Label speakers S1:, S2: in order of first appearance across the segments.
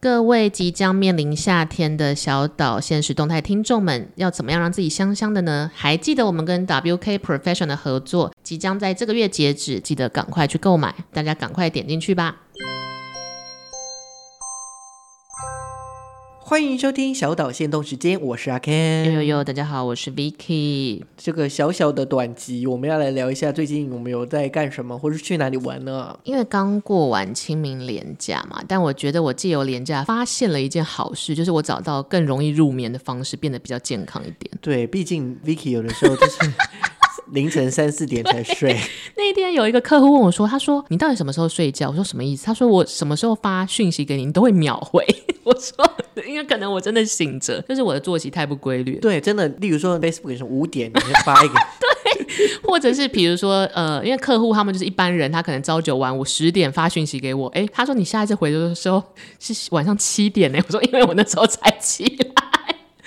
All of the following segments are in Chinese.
S1: 各位即将面临夏天的小岛现实动态听众们，要怎么样让自己香香的呢？还记得我们跟 WK Profession 的合作即将在这个月截止，记得赶快去购买，大家赶快点进去吧。
S2: 欢迎收听小岛限动时间，我是阿 Ken。
S1: 呦呦呦，大家好，我是 Vicky。
S2: 这个小小的短集，我们要来聊一下最近我们有在干什么，或是去哪里玩呢？
S1: 因为刚过完清明连假嘛，但我觉得我借由连假发现了一件好事，就是我找到更容易入眠的方式，变得比较健康一点。
S2: 对，毕竟 Vicky 有的时候就是 凌晨三四点才睡，
S1: 那一天有一个客户问我说：“他说你到底什么时候睡觉？”我说：“什么意思？”他说：“我什么时候发讯息给你，你都会秒回。” 我说：“因为可能我真的醒着，就是我的作息太不规律，
S2: 对，真的，例如说 Facebook 也是五点你会发一个，
S1: 或者是比如说呃，因为客户他们就是一般人，他可能朝九晚五，十点发讯息给我，诶，他说你下一次回的时候是晚上七点呢、我说因为我那时候才起来。”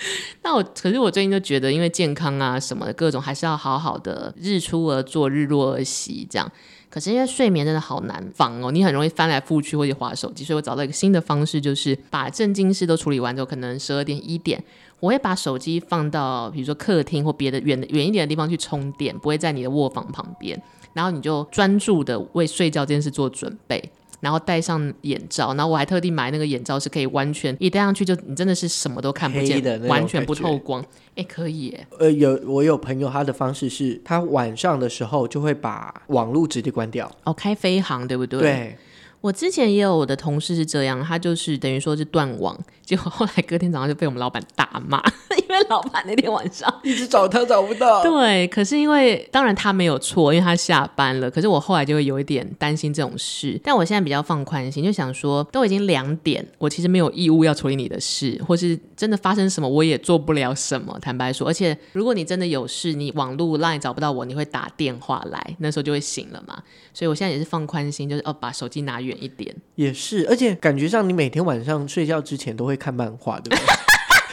S1: 那我可是我最近就觉得，因为健康啊什么的各种，还是要好好的日出而作，日落而息这样。可是因为睡眠真的好难防哦，你很容易翻来覆去或者划手机，所以我找到一个新的方式，就是把正经事都处理完之后，可能十二点一点，我会把手机放到比如说客厅或别的远的远一点的地方去充电，不会在你的卧房旁边。然后你就专注的为睡觉这件事做准备。然后戴上眼罩，然后我还特地买那个眼罩是可以完全一戴上去就你真的是什么都看不
S2: 黑
S1: 见
S2: 的那，种
S1: 完全不
S2: 感觉
S1: 透光。哎，可以耶，
S2: 呃，有我有朋友他的方式是，他晚上的时候就会把网络直接关掉，
S1: 哦，开飞航对不对？
S2: 对，
S1: 我之前也有我的同事是这样，他就是等于说是断网，结果后来隔天早上就被我们老板大骂， 因为老板那天晚上
S2: 一直找他找不到，
S1: 对，可是因为当然他没有错，因为他下班了。可是我后来就会有一点担心这种事，但我现在比较放宽心，就想说都已经两点，我其实没有义务要处理你的事，或是真的发生什么我也做不了什么。坦白说，而且如果你真的有事，你网络 line 找不到我，你会打电话来，那时候就会醒了嘛。所以我现在也是放宽心，就是哦把手机拿远一点。
S2: 也是，而且感觉上你每天晚上睡觉之前都会看漫画，对不 对？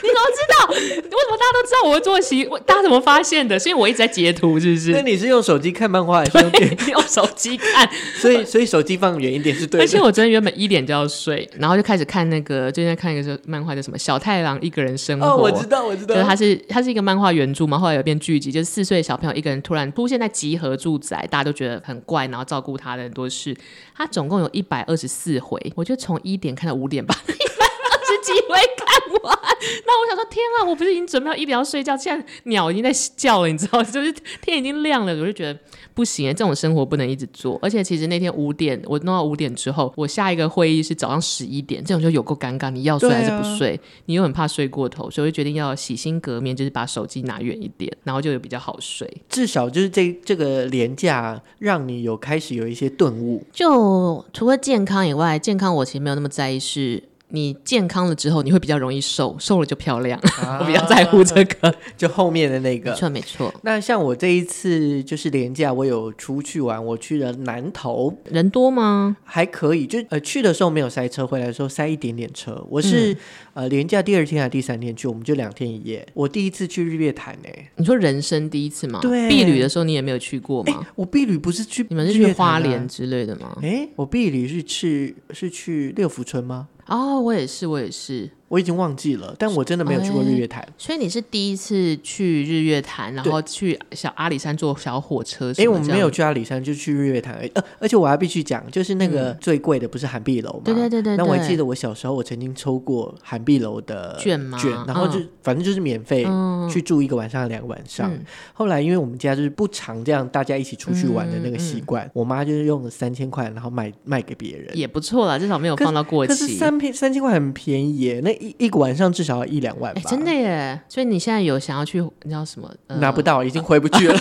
S1: 你怎么知道？为什么大家都知道我的作息？我大家怎么发现的？是因为我一直在截图，是不
S2: 那
S1: 是？
S2: 你是用手机看漫画还是用电？
S1: 用手机看，
S2: 所以所以手机放远一点是对
S1: 而
S2: 的。
S1: 且我真的原本一点就要睡，然后就开始看那个最近在看一个是漫画叫什么《小太郎一个人生活》。
S2: 哦，我知道，我知
S1: 就是
S2: 道，
S1: 它是它是一个漫画原著嘛，后来有变剧集，就是四岁的小朋友一个人突然出现在集合住宅，大家都觉得很怪，然后照顾他的很多事。他总共有一百二十四回，我就从一点看到五点吧， 一百二十几回看完。那我想说，天啊，我不是已经准备要一点要睡觉，现在鸟已经在叫了，你知道， 就是天已经亮了，我就觉得不行，这种生活不能一直做。而且其实那天五点，我弄到五点之后，我下一个会议是早上十一点，这种就有够尴尬，你要睡还是不睡？你又很怕睡过头，所以我就决定要洗心革面，就是把手机拿远一点，然后就有比较好睡。
S2: 至少就是这这个廉价让你有开始有一些顿悟。
S1: 就除了健康以外，健康我其实没有那么在意是。你健康了之后，你会比较容易瘦，瘦了就漂亮。 我比较在乎这个，
S2: 就后面的那
S1: 没
S2: 个。
S1: 错没错。
S2: 那像我这一次就是廉价，我有出去玩，我去了南投，
S1: 人多吗？
S2: 还可以，就呃去的时候没有塞车，回来的时候塞一点点车。我是、
S1: 嗯
S2: 呃廉价第二天还是第三天去，我们就两天一夜。我第一次去日月潭诶、
S1: 你说人生第一次吗？
S2: 对
S1: 避旅的时候你也没有去过吗？
S2: 我避旅不是去、
S1: 你们是去花莲？之类的吗？
S2: 哎、我避旅是去是去六福村吗？
S1: 哦，我也是，我也是。
S2: 我已经忘记了，但我真的没有去过日月潭。
S1: 所以你是第一次去日月潭，然
S2: 对
S1: 后去小阿里山坐小火车什么这
S2: 哎、
S1: 样？
S2: 我们没有去阿里山，就去日月潭而已。呃，而且我还必须讲，就是那个最贵的不是韩碧楼吗？
S1: 对对对对
S2: 那我还
S1: 对
S2: 记得我小时候，我曾经抽过韩碧楼的
S1: 券吗哦
S2: 券，然后就、反正就是免费
S1: 嗯
S2: 去住一个晚上、两个晚上。
S1: 嗯
S2: 后来因为我们家就是不常这样大家一起出去玩的那个习
S1: 嗯
S2: 惯，我妈就是用了三千块，然后卖卖给别人。
S1: 也不错啦，至少没有放到过
S2: 可是
S1: 期。
S2: 三片三千块很便宜耶，那一一个晚上至少要一两万吧
S1: 哎，？真的耶！所以你现在有想要去，你知道什么？呃
S2: 拿不到，已经回不 去了。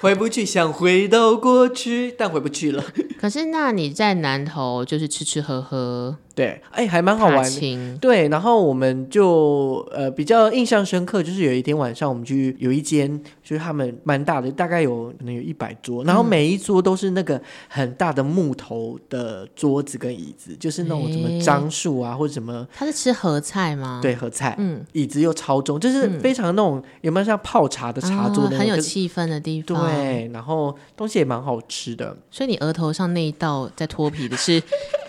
S2: 回不去，想回到过去，但回不去了。
S1: 可是那你在南投就是吃吃喝喝，
S2: 对，哎，还蛮好
S1: 踏
S2: 玩的。
S1: 青，
S2: 对，然后我们就呃比较印象深刻，就是有一天晚上我们去有一间，就是他们蛮大的，大概有可能有一百桌，然后
S1: 嗯
S2: 每一桌都是那个很大的木头的桌子跟椅子，就是那种什么
S1: 诶
S2: 樟树啊或者什么
S1: 他是吃合菜吗？，
S2: 对和菜，
S1: 嗯嗯，
S2: 椅子又超重，就是非常那种、有没有像泡茶的茶桌
S1: 啊
S2: 的那种、
S1: 很有
S2: 就是
S1: 气氛的地方。，
S2: 对，然后东西也蛮好吃的，
S1: 所以你额头上那一道在脱皮的是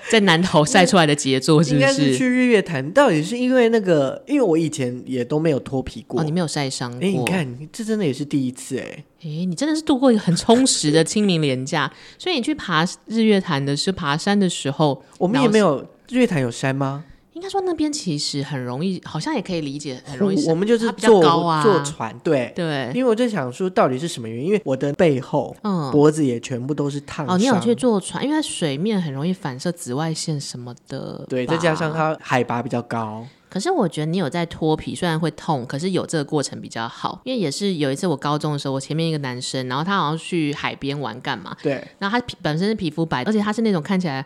S1: 在南头晒出来的杰作，是
S2: 应
S1: 不
S2: 该是去日月潭，到底是因为那个？因为我以前也都没有脱皮过。
S1: 哦，你没有晒伤
S2: 哎、
S1: 过。
S2: 你看，这真的也是第一次哎、
S1: 诶，你真的是度过一个很充实的清明连假，所以你去爬日月潭的是爬山的时候，
S2: 我们也没
S1: 有，
S2: 有日月潭有山吗？
S1: 应该说那边其实很容易，好像也可以理解，很容易
S2: 我我们就是
S1: 它比较
S2: 坐
S1: 高啊
S2: 坐船，对。
S1: 对，
S2: 因为我在想说，到底是什么原因？因为我的背后、
S1: 嗯，
S2: 脖子也全部都是烫伤。
S1: 哦，你有去坐船，因为它水面很容易反射紫外线什么的，
S2: 对，
S1: 吧
S2: 再加上。它海拔比较高，
S1: 可是我觉得你有在脱皮，虽然会痛，可是有这个过程比较好。因为也是有一次我高中的时候，我前面一个男生，然后他好像去海边玩干嘛，
S2: 对，
S1: 然后他皮本身是皮肤白，而且他是那种看起来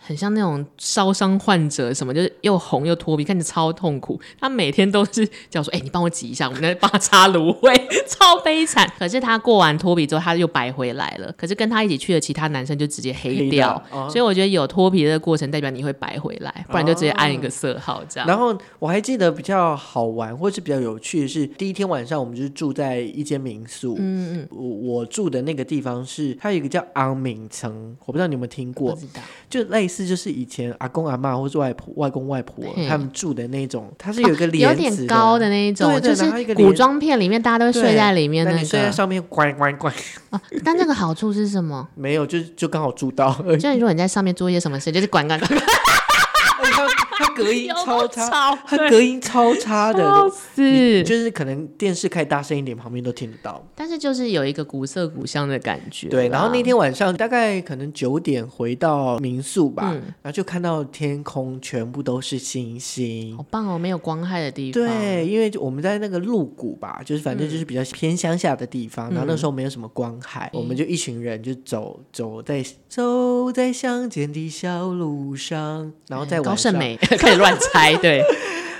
S1: 很像那种烧伤患者什么，就是又红又脱皮，看着超痛苦。他每天都是叫我说：“哎、你帮我挤一下，我们在帮他擦芦荟，超悲惨。”可是他过完脱皮之后，他又白回来了。可是跟他一起去的其他男生就直接黑掉。
S2: 黑到哦
S1: 所以我觉得有脱皮的过程，代表你会白回来，不然就直接按一个色号这样。
S2: 然后我还记得比较好玩或是比较有趣的是，第一天晚上我们就是住在一间民宿，嗯嗯，我我住的那个地方是它有一个叫昂敏层，我不知道你有没有听
S1: 不
S2: 过，
S1: 知道，
S2: 就类似就是以前阿公阿妈或是外婆外公外婆
S1: 嘿啊
S2: 他们住的那种，它是有一个帘
S1: 有
S2: 子、
S1: 点高的。那一种，
S2: 对对然后一
S1: 就是
S2: 个
S1: 古
S2: 帘
S1: 装片里面大家都会睡
S2: 对
S1: 在里面
S2: 那
S1: 那
S2: 你睡在
S1: 个。
S2: 上面，乖乖乖，
S1: 哦 但这个好处是什么？
S2: 没有，就就刚好住到而 已。
S1: 就是如果你在上面做一些什么事，就是管管管，
S2: 而且它它 隔音超差，
S1: 差
S2: 它隔音超差的，你
S1: 是，
S2: 就是可能电视开大声一点，旁边都听得到。
S1: 但是就是有一个古色古香的感觉啦。
S2: 对，然后那天晚上大概可能九点回到民宿吧，
S1: 嗯
S2: 然后就看到天空全部都是星星
S1: 好。棒哦，没有光害的地方。，嗯
S2: 对，因为就我们在那个鹿谷吧，就是反正就是比较偏乡下的地方，然后那时候没有什么光害，
S1: 嗯
S2: 我们就一群人就走走在走在乡间的小路上，然后在
S1: 嗯高
S2: 晚
S1: 胜
S2: 上
S1: 美 可以乱猜，对，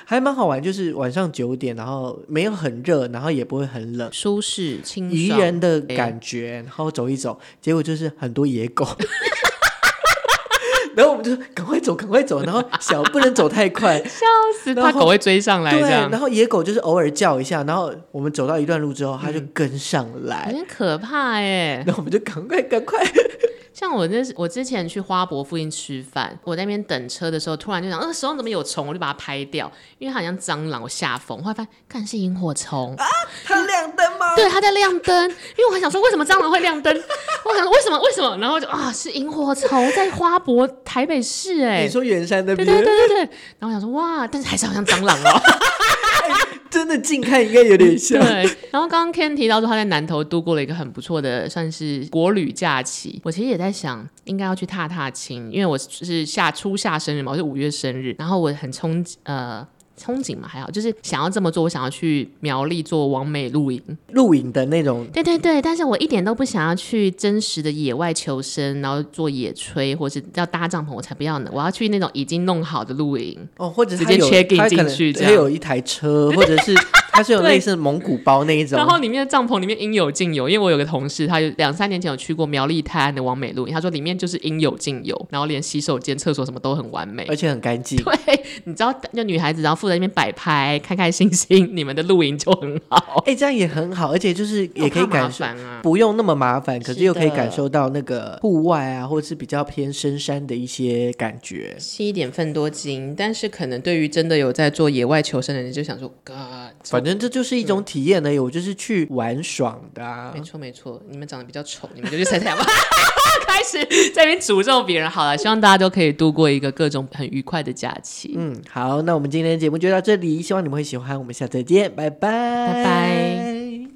S2: 还蛮好玩，就是晚上九点，然后没有很热，然后也不会很冷，
S1: 舒适清
S2: 宜
S1: 爽。
S2: 人的感觉，然后走一走，结果就是很多野狗。 然后我们就赶快走，赶快走，然后小不能走太 快，
S1: 是
S2: 然
S1: 怕
S2: 后
S1: 狗会追上来哎
S2: 对，
S1: 这样，
S2: 然后野狗就是偶尔叫一下，然后我们走到一段路之后，它就跟上
S1: 有
S2: 来，
S1: 点可怕哎。
S2: 然后我们就赶快赶快，
S1: 像我那时我之前去花博附近吃饭，我在那边等车的时候，突然就想，呃，手上怎么有虫？我就把它拍掉，因为它好像蟑螂，我吓疯。后来发现，看是萤火虫。
S2: 啊它亮灯吗？
S1: 对，它在亮灯，因为我还想说为什么蟑螂会亮灯， 我想说为什么为什么，然后就啊是萤火虫在花博台北市哎、
S2: 你说圆山那
S1: 对
S2: 边
S1: 对对对对，然后我想说哇，但是还是好像蟑螂哦，
S2: 真的近看应该有点像
S1: 对。。然后刚刚 Ken 提到说他在南投度过了一个很不错的算是国旅假期，我其实也在想应该要去踏踏青，因为我是下初夏生日嘛，我是五月生日，然后我很憧呃。憧憬嘛还好，就是想要这么做，我想要去苗栗做完美露营，
S2: 露营的那种，
S1: 对对对，但是我一点都不想要去真实的野外求生，然后做野炊，或是要搭帐篷，我才不要呢。我要去那种已经弄好的露营。
S2: 哦，或者
S1: 直
S2: 它
S1: 接
S2: 有
S1: check in
S2: 它可
S1: 进
S2: 能
S1: 去这
S2: 它
S1: 样
S2: 有一台车，或者是它是有
S1: 对
S2: 类似蒙古包那一种
S1: 然，后里面的帐篷里面应有尽有，因为我有个同事，他有两三年前有去过苗栗泰安的王美露营，他说里面就是应有尽有，然后连洗手间、厕所什么都很完美。
S2: 而且很干净。
S1: 对，你知道，就女孩子然后负责那边摆拍，开开心心，你们的露营就很好，
S2: 哎、这样也很好，而且就是也可以
S1: 我怕麻
S2: 感受，
S1: 烦啊。
S2: 不用那么麻烦，可
S1: 是
S2: 是又可以
S1: 的
S2: 感受到那个户外啊，或者是比较偏深山的一些感觉。
S1: 吸一点芬多精，但是可能对于真的有在做野外求生的人，就想说，God，
S2: 反正这就是一种体验而已，我就是去玩爽的、啊
S1: 没。错没错，你们长得比较丑，你们就去晒太阳吧。 开始在那边诅咒别人，好了，希望大家都可以度过一个各种很愉快的假期。
S2: 嗯，好，那我们今天的节目就到这里，希望你们会喜欢，我们下次再见，拜拜，
S1: 拜拜。